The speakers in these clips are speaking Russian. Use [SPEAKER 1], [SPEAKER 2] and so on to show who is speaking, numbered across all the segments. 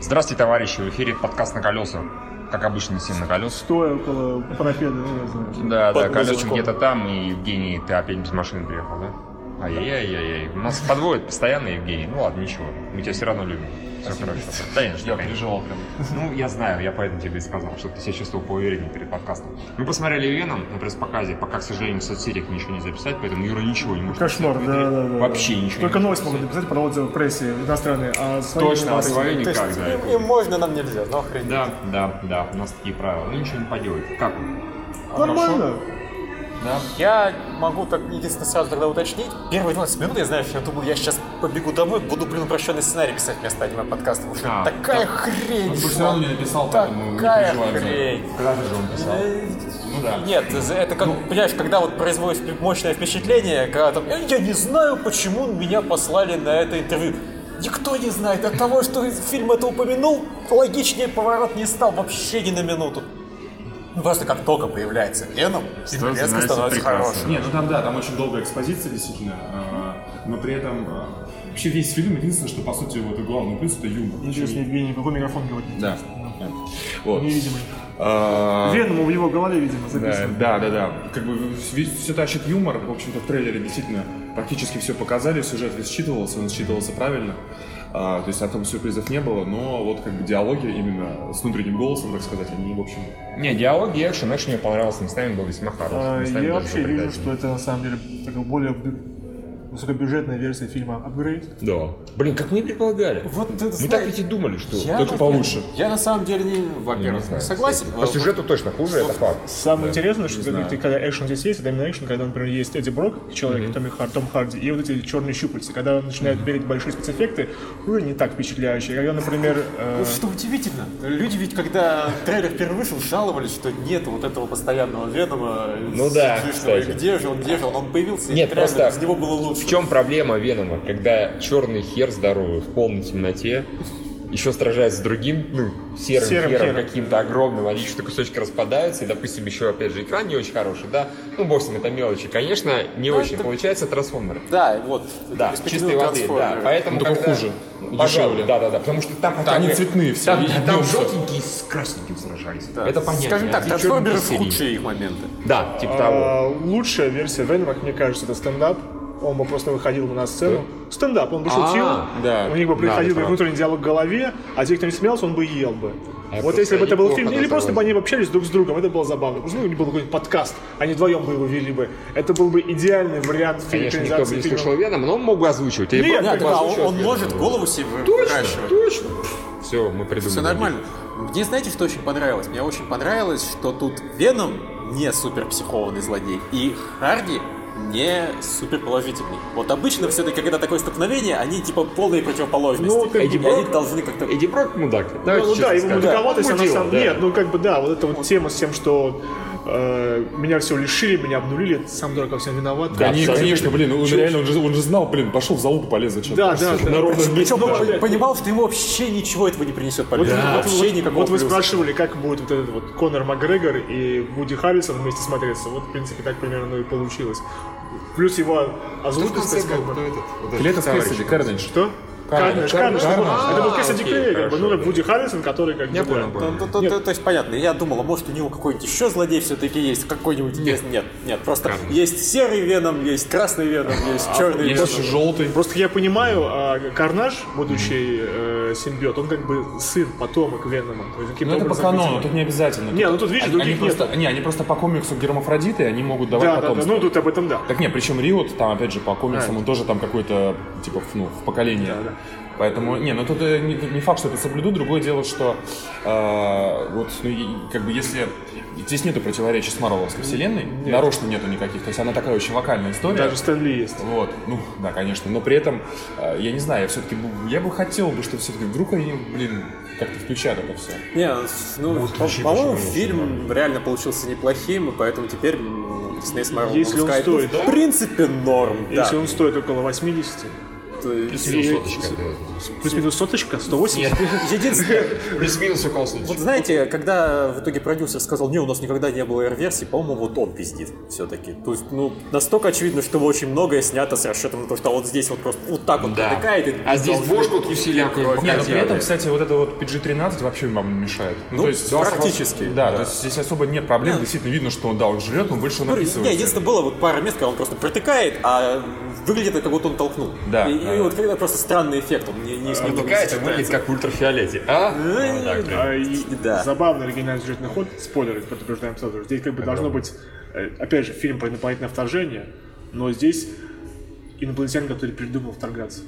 [SPEAKER 1] Здравствуйте, товарищи, в эфире подкаст на колесах. Как обычно, всем на колесах.
[SPEAKER 2] Стоя около парапета, ну, я знаю.
[SPEAKER 1] Да,
[SPEAKER 3] Под
[SPEAKER 1] да, колеса
[SPEAKER 3] музычком.
[SPEAKER 1] где-то там, и Евгений, ты опять без машины приехал, да? Ай-яй-яй-яй. У нас подводит постоянно, Евгений. Ну ладно, ничего. Мы тебя все равно любим. Все хорошо. Конечно,
[SPEAKER 3] Я
[SPEAKER 1] конечно.
[SPEAKER 3] переживал прям.
[SPEAKER 1] Ну, я знаю, я поэтому тебе и сказал, чтобы ты себя чувствовал поувереннее перед подкастом. Мы посмотрели Веном на пресс-показе, пока, к сожалению, в соцсетях ничего не записать, поэтому Юра ничего не может
[SPEAKER 2] Кошмар,
[SPEAKER 1] написать в
[SPEAKER 2] да,
[SPEAKER 1] Твиттере.
[SPEAKER 2] да, да.
[SPEAKER 1] Вообще ничего
[SPEAKER 2] Только
[SPEAKER 1] не
[SPEAKER 2] новость могут написать про отзывы в прессе иностранные, а свои
[SPEAKER 1] Точно, а
[SPEAKER 2] молодцы.
[SPEAKER 1] свое
[SPEAKER 2] Тест.
[SPEAKER 1] никак, да.
[SPEAKER 3] Им можно, нам нельзя, но охренеть.
[SPEAKER 1] Да, да, да, у нас такие правила. Ну ничего не поделать. Как он?
[SPEAKER 2] Нормально.
[SPEAKER 1] Да.
[SPEAKER 3] Я могу так единственное сразу тогда уточнить. Первые 20 минут, я знаю, что я думал, я сейчас побегу домой, буду, блин, упрощенный сценарий писать вместо аниме подкаста. Потому что
[SPEAKER 1] А,
[SPEAKER 3] такая хрень.
[SPEAKER 4] Он бы
[SPEAKER 3] шла.
[SPEAKER 4] все равно не написал, поэтому не
[SPEAKER 3] такая
[SPEAKER 4] переживаем. за это.
[SPEAKER 3] хрень.
[SPEAKER 1] Когда же он писал? Ну да. Ну.
[SPEAKER 3] Нет, за- это как, понимаешь, когда вот производишь впе- мощное впечатление, когда там, «Э, я не знаю, почему меня послали на это интервью. Никто не знает. От того, что фильм это упомянул, логичнее поворот не стал вообще ни на минуту. Ну, Просто как только появляется Веном, фильм
[SPEAKER 1] Становится
[SPEAKER 3] резко становится
[SPEAKER 1] прекрасно.
[SPEAKER 3] хорошим.
[SPEAKER 4] Не, ну там да, там очень долгая экспозиция, действительно. а, Но при этом а, вообще весь фильм, единственное, что по сути вот и главный плюс это юмор.
[SPEAKER 2] Надеюсь, Евгений, какой микрофон говорит?
[SPEAKER 4] Да. Вот.
[SPEAKER 2] Невидимый.
[SPEAKER 4] А,
[SPEAKER 2] Веном в его голове, видимо,
[SPEAKER 4] Да,
[SPEAKER 2] записан.
[SPEAKER 4] да, да, да. Как бы все тащит юмор. В общем-то, в трейлере действительно практически все показали, сюжет весь считывался, он считывался правильно. А, то есть а там сюрпризов не было, но вот как бы диалоги именно с внутренним голосом, так сказать, они, в общем,
[SPEAKER 1] Не, диалоги, экшен, экшен мне понравился, местами был весьма
[SPEAKER 2] А,
[SPEAKER 1] хороший. местами даже
[SPEAKER 2] Я вообще вижу,
[SPEAKER 1] запредательный.
[SPEAKER 2] что это на самом деле такая более бю- высокобюджетная версия фильма «Апгрейд».
[SPEAKER 1] Да. Блин, как мы и предполагали.
[SPEAKER 3] Вот это,
[SPEAKER 1] мы
[SPEAKER 3] знаешь,
[SPEAKER 1] так ведь и думали, что
[SPEAKER 3] я
[SPEAKER 1] только
[SPEAKER 3] вот-
[SPEAKER 1] получше.
[SPEAKER 3] Я на самом деле не,
[SPEAKER 1] Я
[SPEAKER 3] во-первых, не
[SPEAKER 1] знаю,
[SPEAKER 3] согласен.
[SPEAKER 1] кстати. По сюжету точно хуже, это факт.
[SPEAKER 2] Самое интересное, что когда, ты- когда экшен здесь есть, это именно экшен, когда, например, есть Эдди Брок, человек, Томми Хар- Том Харди, и вот эти черные щупальца. Когда начинают бегать большие спецэффекты, уже не так впечатляющие. Когда, например,
[SPEAKER 1] Ну,
[SPEAKER 2] э,
[SPEAKER 3] Что удивительно, люди ведь, когда трейлер первый вышел, жаловались, что нет вот этого постоянного ведома.
[SPEAKER 1] Ну да,
[SPEAKER 3] сидишного, и
[SPEAKER 1] кстати.
[SPEAKER 3] Где же он, где же он, он появился,
[SPEAKER 1] Нет,
[SPEAKER 3] и реально
[SPEAKER 1] просто
[SPEAKER 3] без него было лучше.
[SPEAKER 1] В чем проблема Венома, когда черный хер здоровый в полной темноте еще сражается с другим, ну, серым,
[SPEAKER 2] Серым
[SPEAKER 1] хером,
[SPEAKER 2] хером.
[SPEAKER 1] каким-то огромным, а они еще кусочки распадаются, и, допустим, еще, опять же, экран не очень хороший, да, ну, бог с ним, это мелочи. Конечно, не
[SPEAKER 3] Ну,
[SPEAKER 1] очень
[SPEAKER 3] это-
[SPEAKER 1] получается трансформер.
[SPEAKER 3] Да, вот.
[SPEAKER 1] Да,
[SPEAKER 3] перспектива
[SPEAKER 1] чистой воды, да.
[SPEAKER 3] трансформера.
[SPEAKER 1] Поэтому
[SPEAKER 4] только
[SPEAKER 1] когда-
[SPEAKER 4] хуже,
[SPEAKER 1] Ну,
[SPEAKER 4] и
[SPEAKER 1] Пожалуй,
[SPEAKER 4] дешевле.
[SPEAKER 1] да, да, да. Потому что там хотя
[SPEAKER 4] они
[SPEAKER 1] бы-
[SPEAKER 4] цветные все,
[SPEAKER 1] Там,
[SPEAKER 4] и-
[SPEAKER 1] там
[SPEAKER 4] и днём всё.
[SPEAKER 1] желтенькие с красненьким сражались.
[SPEAKER 3] Да.
[SPEAKER 1] Это понятно.
[SPEAKER 3] Скажем так,
[SPEAKER 1] А здесь чёрненькие
[SPEAKER 3] трансформеры
[SPEAKER 1] серии.
[SPEAKER 3] худшие их моменты.
[SPEAKER 1] Да, типа того.
[SPEAKER 2] а, лучшая версия Венома, как мне кажется, это стендап. Он бы просто выходил бы на сцену. Стендап, он бы шутил,
[SPEAKER 1] да.
[SPEAKER 2] у них бы
[SPEAKER 1] Да,
[SPEAKER 2] приходил
[SPEAKER 1] это
[SPEAKER 2] бы
[SPEAKER 1] правда.
[SPEAKER 2] внутренний диалог в голове, а те, кто не смеялся, он бы ел бы.
[SPEAKER 1] А я
[SPEAKER 2] вот
[SPEAKER 1] просто
[SPEAKER 2] если бы это был
[SPEAKER 1] неплохо
[SPEAKER 2] фильм, или просто
[SPEAKER 1] согласен.
[SPEAKER 2] бы они бы общались друг с другом, это было забавно. Просто ну, был какой-нибудь подкаст, они вдвоем бы его вели бы. Это был бы идеальный вариант
[SPEAKER 1] Конечно, никто бы
[SPEAKER 2] экранизации
[SPEAKER 1] не
[SPEAKER 2] фильма.
[SPEAKER 1] слышал Венома, но он мог бы озвучивать. Или
[SPEAKER 2] Нет,
[SPEAKER 1] Брок мог
[SPEAKER 3] Да,
[SPEAKER 1] бы
[SPEAKER 3] да, он,
[SPEAKER 1] озвучивать
[SPEAKER 3] он
[SPEAKER 1] Венома.
[SPEAKER 3] может голову себе
[SPEAKER 1] Точно,
[SPEAKER 3] выращивать.
[SPEAKER 1] точно. Все, мы придумали.
[SPEAKER 3] Все нормально. Мне, знаете, что очень понравилось? Мне очень понравилось, что тут Веном не супер психованный злодей, и Харди не супер положительный. Вот обычно все-таки, когда такое столкновение, они типа полные противоположности.
[SPEAKER 2] Ну, вот Эдди
[SPEAKER 3] и они
[SPEAKER 1] Брок-
[SPEAKER 3] должны как-то...
[SPEAKER 1] Эдди Брок мудак.
[SPEAKER 2] Ну,
[SPEAKER 1] Давайте
[SPEAKER 2] ну
[SPEAKER 1] честно
[SPEAKER 2] да, его
[SPEAKER 1] скажем.
[SPEAKER 2] мудаковатость, она
[SPEAKER 1] Мудила,
[SPEAKER 2] сам...
[SPEAKER 1] да.
[SPEAKER 2] Нет, ну как бы да, вот эта вот тема с тем, что э, меня все лишили, меня обнулили, это сам дурак во всем виноват.
[SPEAKER 1] Да,
[SPEAKER 2] Как-
[SPEAKER 4] Они,
[SPEAKER 1] абсолютно.
[SPEAKER 4] конечно, блин, ну, он
[SPEAKER 2] Чушь.
[SPEAKER 4] реально, он же, он же знал, блин, пошел в залупу полез зачем
[SPEAKER 2] Да, да, да.
[SPEAKER 4] На ровном месте.
[SPEAKER 3] Причем
[SPEAKER 4] даже.
[SPEAKER 3] он понимал, что ему вообще ничего этого не принесет.
[SPEAKER 2] Вот,
[SPEAKER 3] пользы.
[SPEAKER 2] вот-
[SPEAKER 3] вообще
[SPEAKER 2] вот-
[SPEAKER 3] никакого
[SPEAKER 2] вот вы
[SPEAKER 3] плюса.
[SPEAKER 2] спрашивали, как будет вот этот вот Конор Макгрегор и Вуди Харрисон вместе смотреться. Вот, в принципе, так примерно и получилось. Плюс его озвучка, кстати, как бы...
[SPEAKER 4] Лето в Кэссиди, Кэрдинч.
[SPEAKER 2] Что? Конечно, конечно.
[SPEAKER 4] Карнаж.
[SPEAKER 2] Это был Кэссиди
[SPEAKER 1] А, окей,
[SPEAKER 2] Клей, как бы,
[SPEAKER 1] хорошо,
[SPEAKER 2] ну,
[SPEAKER 1] да.
[SPEAKER 2] Вуди Харрисон, который как бы...
[SPEAKER 1] Я
[SPEAKER 2] да.
[SPEAKER 1] понял, понял.
[SPEAKER 3] Ну, то- то- то- То есть понятно, я думал, а может у него какой-нибудь еще злодей все-таки есть, какой-нибудь нет. Нет, нет, просто есть серый веном, есть красный веном, есть
[SPEAKER 2] А,
[SPEAKER 3] черный веном.
[SPEAKER 4] Есть желтый.
[SPEAKER 2] Просто я понимаю, а, Карнаж, будущий э, симбиот, он как бы сын, потомок Венома. То есть каким-то
[SPEAKER 4] Ну это по
[SPEAKER 2] образом,
[SPEAKER 4] канону,
[SPEAKER 2] видимо,
[SPEAKER 4] тут не обязательно.
[SPEAKER 2] Не, ну тут, видишь,
[SPEAKER 4] они,
[SPEAKER 2] других
[SPEAKER 4] они просто,
[SPEAKER 2] нет.
[SPEAKER 4] Не, они просто по комиксу гермафродиты, они могут давать
[SPEAKER 2] Да, да, да,
[SPEAKER 4] потомство.
[SPEAKER 2] ну тут об этом да.
[SPEAKER 4] Так не, причем Риот, там опять же по комиксам,
[SPEAKER 2] А.
[SPEAKER 4] он тоже там какой-то, типа, в- ну, в поколении. Поэтому, не, ну тут э, не, не факт, что это соблюду, другое дело, что э, вот, ну, и- как бы если... Здесь нету противоречий с Марвеловской вселенной, нарочно нету никаких, то есть она такая очень локальная история.
[SPEAKER 2] Даже Стэнли есть.
[SPEAKER 4] Вот, ну, да, конечно, но при этом, э, я не знаю, я все-таки, я бы хотел бы, что все-таки вдруг они, блин, как-то включат это все.
[SPEAKER 3] Не, ну, по- по-моему, фильм реально получился неплохим, и поэтому теперь м, Disney с Marvel
[SPEAKER 2] Если он
[SPEAKER 3] выпускает, ну,
[SPEAKER 2] стоит, да?
[SPEAKER 3] в принципе, норм, да.
[SPEAKER 2] Если он стоит около 80,
[SPEAKER 1] Плюс-минус соточка, да.
[SPEAKER 2] Плюс-минус соточка, 180.
[SPEAKER 3] Единственное,
[SPEAKER 1] Плюс-минус около соточки.
[SPEAKER 3] вот знаете, когда в итоге продюсер сказал, не, у нас никогда не было R-версии, по-моему, вот он пиздит все-таки. То есть, ну, настолько очевидно, что очень многое снято с расчетом на то, что вот здесь вот просто вот так вот
[SPEAKER 1] Да.
[SPEAKER 3] протыкает и
[SPEAKER 1] А здесь бошку тусили
[SPEAKER 4] Не, но при этом, кстати, вот это вот PG-13 вообще вам не мешает.
[SPEAKER 3] Ну, практически,
[SPEAKER 4] Да,
[SPEAKER 3] да.
[SPEAKER 4] то есть здесь особо нет проблем, действительно видно, что он, да, он жрет, но больше он
[SPEAKER 3] Ну,
[SPEAKER 4] описывает.
[SPEAKER 3] Не, единственное, было вот пара мест, когда он просто протыкает, а выглядит это, как будто он толкнул.
[SPEAKER 4] Да,
[SPEAKER 3] И,
[SPEAKER 4] да,
[SPEAKER 3] и
[SPEAKER 4] да.
[SPEAKER 3] вот когда просто странный эффект, он не, не с ним
[SPEAKER 1] Натыкается, выглядит как в ультрафиолете. А?
[SPEAKER 3] Ну,
[SPEAKER 1] Вот так, да.
[SPEAKER 2] А, и
[SPEAKER 3] Да.
[SPEAKER 2] Забавный оригинальный сюжетный ход, спойлеры, предупреждаем сразу. Здесь как бы должно быть, э, опять же, фильм про инопланетное вторжение, но здесь инопланетянин, который придумал вторгаться.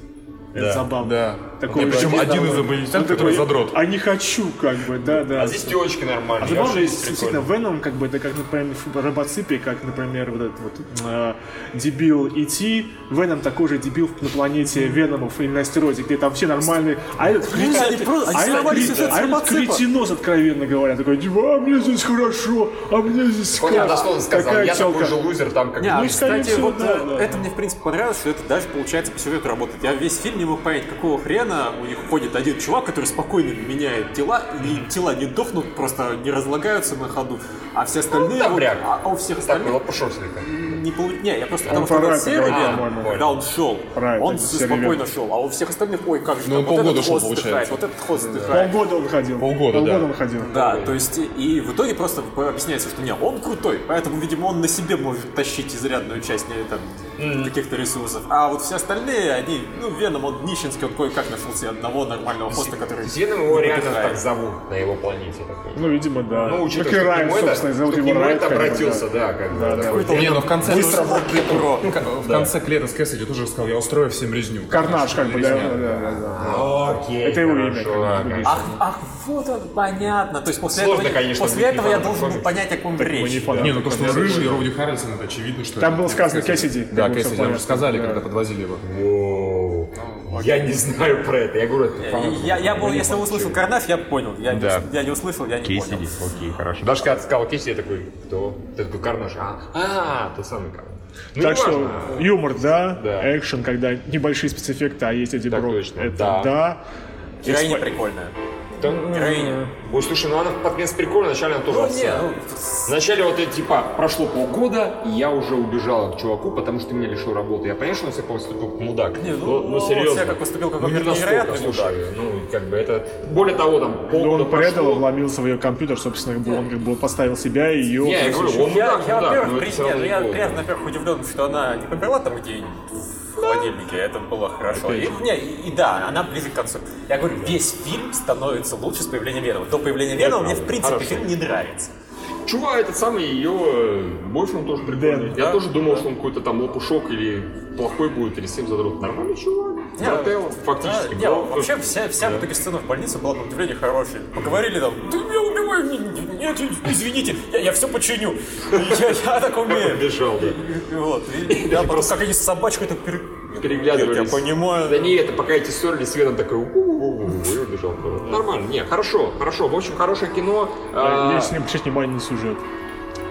[SPEAKER 2] Это
[SPEAKER 1] Да,
[SPEAKER 2] забавно.
[SPEAKER 4] да.
[SPEAKER 2] Такое
[SPEAKER 4] Да, причем
[SPEAKER 2] же есть,
[SPEAKER 4] один
[SPEAKER 2] да,
[SPEAKER 4] из
[SPEAKER 2] да.
[SPEAKER 4] инопланетян,
[SPEAKER 2] Он
[SPEAKER 4] который
[SPEAKER 2] такой,
[SPEAKER 4] задрот.
[SPEAKER 2] А не хочу, как бы, да, да.
[SPEAKER 1] А здесь телочки нормальные. я
[SPEAKER 2] А забавно,
[SPEAKER 1] вообще
[SPEAKER 2] есть действительно
[SPEAKER 1] прикольно.
[SPEAKER 2] Веном, как бы это как, например, в робоципе, как, например, вот этот вот э, дебил Ити, Веном такой же дебил на планете Веномов или на астероиде, где там все нормальные, а этот
[SPEAKER 3] Блин, Ну, они просто- они
[SPEAKER 2] а этот
[SPEAKER 3] сломали
[SPEAKER 2] кре-
[SPEAKER 3] сюжет
[SPEAKER 2] а этот
[SPEAKER 3] робоципа.
[SPEAKER 2] кретинос, откровенно говоря, такой, типа, а мне здесь хорошо, а мне здесь
[SPEAKER 1] Он
[SPEAKER 2] как».
[SPEAKER 1] дословно сказал,
[SPEAKER 2] Такая
[SPEAKER 1] я такой
[SPEAKER 2] тёлка.
[SPEAKER 1] же лузер, там как...
[SPEAKER 3] Не, а,
[SPEAKER 2] Ну, скорее
[SPEAKER 3] кстати,
[SPEAKER 2] всего,
[SPEAKER 3] вот
[SPEAKER 2] да,
[SPEAKER 3] э,
[SPEAKER 2] да,
[SPEAKER 3] это мне, в принципе, понравилось, что это даже получается по сюжету работает. Я весь фильм не мог понять, какого хрена у них ходит один чувак, который спокойно меняет тела, и тела не дохнут, просто не разлагаются на ходу, а все остальные...
[SPEAKER 2] Ну,
[SPEAKER 3] вот-
[SPEAKER 1] добряк.
[SPEAKER 3] а, а у всех
[SPEAKER 1] Так,
[SPEAKER 3] остальных...
[SPEAKER 1] было пошурсика.
[SPEAKER 3] Не, полу... не, я просто потому
[SPEAKER 2] Он
[SPEAKER 3] что
[SPEAKER 2] про
[SPEAKER 3] на
[SPEAKER 2] Райта
[SPEAKER 3] сервере,
[SPEAKER 2] говорит, по-моему.
[SPEAKER 3] когда он шел,
[SPEAKER 2] Райт,
[SPEAKER 3] он
[SPEAKER 2] это
[SPEAKER 3] спокойно
[SPEAKER 2] сервер.
[SPEAKER 3] шел, а у всех остальных, ой, как же,
[SPEAKER 4] Ну,
[SPEAKER 3] там
[SPEAKER 4] он полгода
[SPEAKER 3] вот этот
[SPEAKER 4] шел,
[SPEAKER 3] ход вздыхает,
[SPEAKER 4] получается.
[SPEAKER 3] вот этот ход вздыхает.
[SPEAKER 2] Полгода он ходил.
[SPEAKER 4] Полгода, да.
[SPEAKER 2] он ходил.
[SPEAKER 3] Да, то есть, и- и в итоге просто объясняется, что не, он крутой, поэтому, видимо, он на себе может тащить изрядную часть не, там, каких-то ресурсов. А вот все остальные, они, ну, Веном, он нищенский, он кое-как нашел себе одного нормального хоста, который...
[SPEAKER 1] Зеном его
[SPEAKER 3] не
[SPEAKER 1] реально
[SPEAKER 3] подыхает.
[SPEAKER 1] так зовут на его планете. такой.
[SPEAKER 2] Ну, видимо, да.
[SPEAKER 1] Ну, учитывая,
[SPEAKER 2] как и
[SPEAKER 1] что к
[SPEAKER 2] Райан,
[SPEAKER 1] нему это-
[SPEAKER 2] собственно,
[SPEAKER 1] что
[SPEAKER 2] зовут
[SPEAKER 1] к
[SPEAKER 2] его
[SPEAKER 1] нему
[SPEAKER 2] Райт,
[SPEAKER 1] это
[SPEAKER 2] как бы,
[SPEAKER 1] обратился, да, как бы.
[SPEAKER 2] Да, да.
[SPEAKER 1] такой.
[SPEAKER 4] Не, но в конце...
[SPEAKER 3] Быстро
[SPEAKER 4] тоже-
[SPEAKER 3] вот, бро.
[SPEAKER 4] Ну, ка- В конце клеток Скесси тоже сказал, я устрою всем резню.
[SPEAKER 2] Карнаж, как бы, да, да, да, да, да.
[SPEAKER 1] Окей,
[SPEAKER 2] Это его имя,
[SPEAKER 1] хорошо,
[SPEAKER 2] как бы,
[SPEAKER 1] да,
[SPEAKER 2] Гриша.
[SPEAKER 1] конечно.
[SPEAKER 3] Ах, ах, вот он, понятно. То есть после
[SPEAKER 1] Сложно,
[SPEAKER 3] этого,
[SPEAKER 1] конечно,
[SPEAKER 3] после этого я
[SPEAKER 1] Никифоров
[SPEAKER 3] должен был
[SPEAKER 1] оформить.
[SPEAKER 3] понять, о ком
[SPEAKER 2] мы не
[SPEAKER 3] речь.
[SPEAKER 2] фанаты,
[SPEAKER 4] Не, ну то, что он
[SPEAKER 2] конечно.
[SPEAKER 4] рыжий, и Роуди Харрельсон, это очевидно, что...
[SPEAKER 2] Там
[SPEAKER 4] это
[SPEAKER 2] было
[SPEAKER 4] Кэссиди.
[SPEAKER 2] сказано Кэссиди,
[SPEAKER 4] Да,
[SPEAKER 2] как бы всё
[SPEAKER 4] Кэссиди, нам
[SPEAKER 2] понятно.
[SPEAKER 4] же сказали,
[SPEAKER 2] Да.
[SPEAKER 4] когда подвозили его.
[SPEAKER 1] Воу. А, Я не знаю про это. Я говорю, это фанат.
[SPEAKER 3] Э, Я, я был, если услышал Карнаф, я понял. Я, не-
[SPEAKER 1] Да.
[SPEAKER 3] я не услышал, я не понял.
[SPEAKER 1] Кейсиди, окей, хорошо. Даже когда а ты сказал Кейсиди, я такой, кто? Ты такой Карнаж. А, а, тот самый Карнаж. Ну,
[SPEAKER 2] так что
[SPEAKER 1] неважно.
[SPEAKER 2] юмор, да,
[SPEAKER 1] Да.
[SPEAKER 2] экшен, когда небольшие спецэффекты, а есть эти
[SPEAKER 1] Так
[SPEAKER 2] брок,
[SPEAKER 1] точно,
[SPEAKER 2] это
[SPEAKER 1] да.
[SPEAKER 2] да.
[SPEAKER 3] Героиня прикольная.
[SPEAKER 1] Да, ну,
[SPEAKER 3] Героиня.
[SPEAKER 1] Ой, слушай, ну она под конец прикольно, вначале она тоже
[SPEAKER 3] Ну, не,
[SPEAKER 1] овца.
[SPEAKER 3] ну,
[SPEAKER 1] Вначале вот это типа прошло полгода, и я уже убежала к чуваку, потому что ты меня лишил работы. Я понимаю, что он себя поступил как мудак.
[SPEAKER 3] Не, ну,
[SPEAKER 1] но,
[SPEAKER 3] он себя как поступил, как
[SPEAKER 1] ну, не
[SPEAKER 3] какой-то
[SPEAKER 1] настолько,
[SPEAKER 3] невероятный
[SPEAKER 1] слушай. Ну, как бы это... Более того, там
[SPEAKER 2] Но
[SPEAKER 1] полгода
[SPEAKER 2] он предал,
[SPEAKER 1] прошло.
[SPEAKER 2] вломился в ее компьютер, собственно, как бы он как бы поставил себя и ее...
[SPEAKER 1] Не, я говорю, он
[SPEAKER 3] Я,
[SPEAKER 1] мудак,
[SPEAKER 3] я,
[SPEAKER 1] мудак,
[SPEAKER 3] во-первых,
[SPEAKER 1] но ну, это
[SPEAKER 3] при-
[SPEAKER 1] всё равно
[SPEAKER 3] не, я,
[SPEAKER 1] прикол.
[SPEAKER 3] я, во-первых, удивлен, что она не померла там где-нибудь в холодильнике, это было хорошо. И, не, и, и да, она ближе к концу. Я говорю, весь фильм становится лучше с появлением Венома. До появления Венома мне, в принципе,
[SPEAKER 1] Хорошо.
[SPEAKER 3] фильм не нравится.
[SPEAKER 1] Чувак, этот самый ее бойфренд тоже прикольный.
[SPEAKER 2] Дэн,
[SPEAKER 1] я тоже думал, что он какой-то там лопушок или плохой будет, или всем задрот. Нормальный чувак.
[SPEAKER 3] Не,
[SPEAKER 1] Брателло, фактически.
[SPEAKER 3] да, не,
[SPEAKER 1] Брателло.
[SPEAKER 3] вообще вся, вся вот эта сцена в больнице была на удивление хорошей. Поговорили там, ты меня убивай, не- не- нет, извините, я, все починю. Я, я так умею.
[SPEAKER 1] Бежал, да.
[SPEAKER 3] И Вот, и, да, потом как они с собачкой так пере-
[SPEAKER 1] переглядывались.
[SPEAKER 3] Нет, Я понимаю.
[SPEAKER 1] Да не это, пока эти ссорились, с Веном такой «У-у-у-у-у», и убежал. тоже. Нормально, не, хорошо, хорошо. В общем, хорошее кино.
[SPEAKER 2] Да,
[SPEAKER 1] А,
[SPEAKER 2] Ну, Если не обращать внимание на сюжет.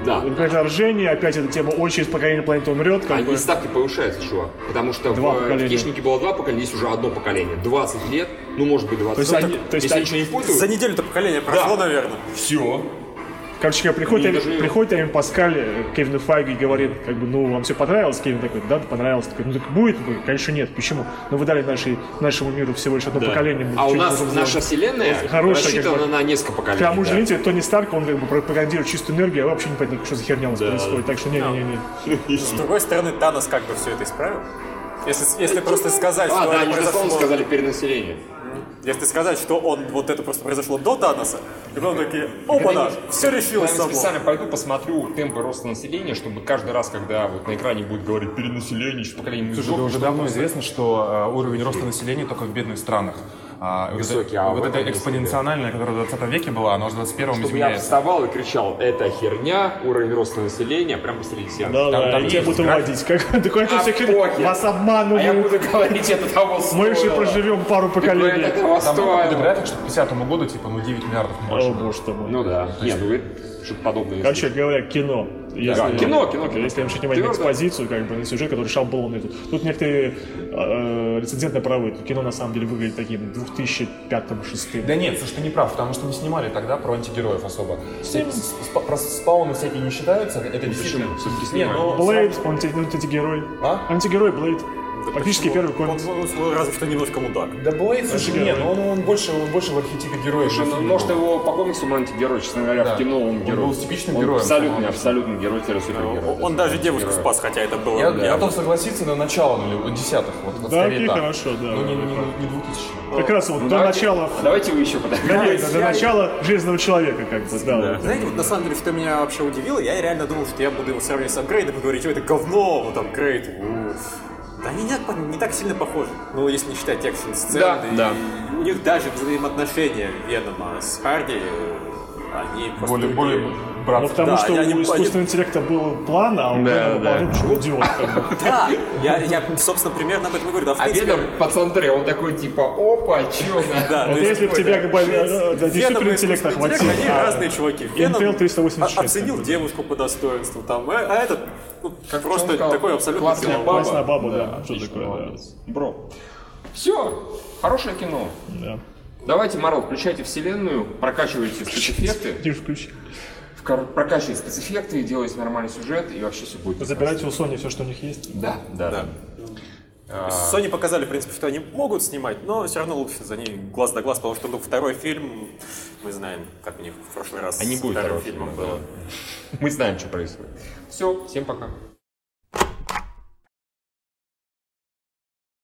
[SPEAKER 1] Да. А
[SPEAKER 2] Например, вторжение, опять эта тема очередь, поколение планеты умрет, как
[SPEAKER 1] Они
[SPEAKER 2] бы.
[SPEAKER 1] ставки повышаются, чувак. Потому что
[SPEAKER 2] Два
[SPEAKER 1] в, э, в
[SPEAKER 2] поколения.
[SPEAKER 1] Хищнике было два поколения, здесь уже одно поколение. 20 лет, ну может быть 20
[SPEAKER 2] То есть
[SPEAKER 1] лет.
[SPEAKER 2] они- то есть
[SPEAKER 1] Если
[SPEAKER 2] они-
[SPEAKER 1] ничего не пользуют,
[SPEAKER 3] За неделю-то поколение прошло, наверное.
[SPEAKER 1] все.
[SPEAKER 2] Короче, говоря, приходит,
[SPEAKER 1] Они
[SPEAKER 2] Эми-
[SPEAKER 1] даже-
[SPEAKER 2] приходит Эми Паскаль э, к Кевину Файге и говорит, как бы, ну, вам все понравилось? Кевин такой, да, понравилось. Такой, ну, так будет? Он говорит, Конечно, нет. Почему? Ну, вы дали нашей, нашему миру всего лишь одно поколение. мы
[SPEAKER 1] А у
[SPEAKER 2] чуть
[SPEAKER 1] нас
[SPEAKER 2] не забыли».
[SPEAKER 1] наша вселенная
[SPEAKER 2] Хорошая, как
[SPEAKER 1] рассчитана
[SPEAKER 2] бы.
[SPEAKER 1] на несколько поколений.
[SPEAKER 2] К тому же,
[SPEAKER 1] да.
[SPEAKER 2] видите, Тони Старк, он как бы пропагандирует чистую энергию, а вообще не понятно, что за херня у нас происходит. Так что не-не-не.
[SPEAKER 3] С другой стороны, Танос как бы все это исправил. Если, если просто сказать,
[SPEAKER 1] А,
[SPEAKER 3] что
[SPEAKER 1] да,
[SPEAKER 3] это
[SPEAKER 1] они же
[SPEAKER 3] произошло...
[SPEAKER 1] словно сказали перенаселение.
[SPEAKER 3] Если сказать, что он вот это просто произошло до Таноса, и потом такие, опа-на, все
[SPEAKER 2] Ну,
[SPEAKER 3] решилось
[SPEAKER 1] Я
[SPEAKER 3] само.
[SPEAKER 1] специально пойду посмотрю темпы роста населения, чтобы каждый раз, когда вот на экране будет говорить перенаселение, что поколение
[SPEAKER 4] Слушай, да уже давно известно, что э, уровень роста населения только в бедных странах. А, вот
[SPEAKER 1] Высокий,
[SPEAKER 4] это-
[SPEAKER 1] а
[SPEAKER 4] вот
[SPEAKER 1] в
[SPEAKER 4] это
[SPEAKER 1] этом месте, да.
[SPEAKER 4] экспоненциональное, которое в 20 веке было, оно же в 21
[SPEAKER 1] Чтобы я
[SPEAKER 4] изменяется.
[SPEAKER 1] вставал и кричал, это херня, уровень роста населения, прямо посреди сеанса.
[SPEAKER 2] Да, да,
[SPEAKER 4] там
[SPEAKER 2] и тебя
[SPEAKER 4] есть
[SPEAKER 2] будут
[SPEAKER 4] график.
[SPEAKER 2] уводить. Как такое
[SPEAKER 1] А
[SPEAKER 2] все
[SPEAKER 1] похер.
[SPEAKER 2] херня. Вас
[SPEAKER 1] А я
[SPEAKER 2] обманывают.
[SPEAKER 1] буду говорить, это того
[SPEAKER 2] Мы еще проживем пару поколений.
[SPEAKER 1] Это того
[SPEAKER 4] Там был какой-то
[SPEAKER 1] стоило.
[SPEAKER 4] график, что к 50 году типа ну 9 миллиардов
[SPEAKER 2] О,
[SPEAKER 4] больше.
[SPEAKER 2] боже ты мой.
[SPEAKER 1] Ну да, нет, ну это что-то подобное.
[SPEAKER 2] Короче говоря, кино. Если-
[SPEAKER 1] Да, кино, кино, кино.
[SPEAKER 2] Если обращать внимание на
[SPEAKER 1] Твёрдо.
[SPEAKER 2] экспозицию, как бы на сюжет, который шаблонный. Тут, тут некоторые э, рецензенты правы. Тут кино на самом деле выглядит таким 2005-2006.
[SPEAKER 4] Да нет, слушай, ты не прав, потому что не снимали тогда про антигероев особо. Все- с- с- Про спауны всякие не считаются, это действительно...
[SPEAKER 1] Всё-таки
[SPEAKER 4] Не,
[SPEAKER 1] снимали.
[SPEAKER 4] ну,
[SPEAKER 2] Блейд, он те- ну, антигерой.
[SPEAKER 4] А?
[SPEAKER 2] Антигерой Блейд. Практически первый комикс.
[SPEAKER 3] Он, он- он разве что немножко мудак.
[SPEAKER 4] Да Блейд, слушай,
[SPEAKER 2] герой.
[SPEAKER 4] нет, ну он, он больше, он больше в архетипе героя.
[SPEAKER 1] Слушай, ну,
[SPEAKER 4] был.
[SPEAKER 1] может его по комиксу он антигерой, честно говоря,
[SPEAKER 4] Да.
[SPEAKER 1] в кино он
[SPEAKER 4] Он
[SPEAKER 1] герой.
[SPEAKER 4] был типичным героем.
[SPEAKER 1] Абсолютно, абсолютно герой тире супергерой.
[SPEAKER 3] Он, он даже девушку спас, хотя это было...
[SPEAKER 4] Я,
[SPEAKER 3] я-
[SPEAKER 4] я готов согласиться на начало нулевых, десятых, вот, вот
[SPEAKER 2] Да,
[SPEAKER 4] скорее
[SPEAKER 2] окей,
[SPEAKER 4] так.
[SPEAKER 2] хорошо, да.
[SPEAKER 4] Ну, не, не, не 2000.
[SPEAKER 2] Как раз вот
[SPEAKER 1] Ну,
[SPEAKER 2] до
[SPEAKER 1] давайте-
[SPEAKER 2] начала...
[SPEAKER 1] Давайте вы еще подождите.
[SPEAKER 2] Конечно, до начала Железного Человека, как бы, да. вот.
[SPEAKER 3] Знаете, вот на самом деле, что меня вообще удивило, я реально думал, что я буду его сравнивать с апгрейдом и говорить, что это говно, вот апгрейд. у». Да они не, так- не так сильно похожи. Ну, если не считать экшн-сцены.
[SPEAKER 1] Да,
[SPEAKER 3] и
[SPEAKER 1] да.
[SPEAKER 3] У них даже взаимоотношения Венома с Харди, э, они просто...
[SPEAKER 4] Более,
[SPEAKER 3] другие.
[SPEAKER 4] более
[SPEAKER 2] Ну,
[SPEAKER 4] брат.
[SPEAKER 2] потому
[SPEAKER 3] Да,
[SPEAKER 2] что у
[SPEAKER 3] я не-
[SPEAKER 2] искусственного интеллекта был план, а у
[SPEAKER 1] Да,
[SPEAKER 2] Бена
[SPEAKER 1] да.
[SPEAKER 2] был план, идиот. как бы.
[SPEAKER 3] Да, я, я, собственно, примерно об этом и говорю. Да, в
[SPEAKER 1] А
[SPEAKER 3] принципе,
[SPEAKER 1] Веном, пацан Дре, он такой типа, опа, чё?
[SPEAKER 3] да,
[SPEAKER 2] Вот
[SPEAKER 3] то есть
[SPEAKER 2] если б тебя как бы э, да,
[SPEAKER 3] Веном и
[SPEAKER 2] действительно интеллекта
[SPEAKER 3] искусственный интеллект,
[SPEAKER 2] хватило.
[SPEAKER 3] Они
[SPEAKER 2] а-
[SPEAKER 3] разные чуваки. Веном
[SPEAKER 2] Intel 386,
[SPEAKER 3] о- оценил девушку по достоинству там, а, а этот ну,
[SPEAKER 1] он
[SPEAKER 3] просто
[SPEAKER 1] сказал,
[SPEAKER 3] такой абсолютно...
[SPEAKER 1] классная
[SPEAKER 3] психопат.
[SPEAKER 1] баба.
[SPEAKER 2] Классная баба, да. Что
[SPEAKER 1] отлично,
[SPEAKER 2] такое, да.
[SPEAKER 1] молодец. Бро. Все, хорошее кино.
[SPEAKER 2] Да.
[SPEAKER 1] Давайте, Марвел, включайте вселенную, прокачивайте спецэффекты,
[SPEAKER 2] Ты же включи.
[SPEAKER 1] в кор- прокачивайте спецэффекты, делайте нормальный сюжет, и вообще все будет.
[SPEAKER 2] Забирайте у Sony все, что у них есть.
[SPEAKER 1] Да, да, да. А.
[SPEAKER 3] Sony показали, в принципе, что они могут снимать, но все равно лучше за ней глаз да глаз, потому что ну, второй фильм, мы знаем, как у них в прошлый раз
[SPEAKER 1] А не будет второго
[SPEAKER 3] вторым фильмом
[SPEAKER 1] фильма,
[SPEAKER 3] было.
[SPEAKER 1] Мы знаем, что происходит. Все, всем пока.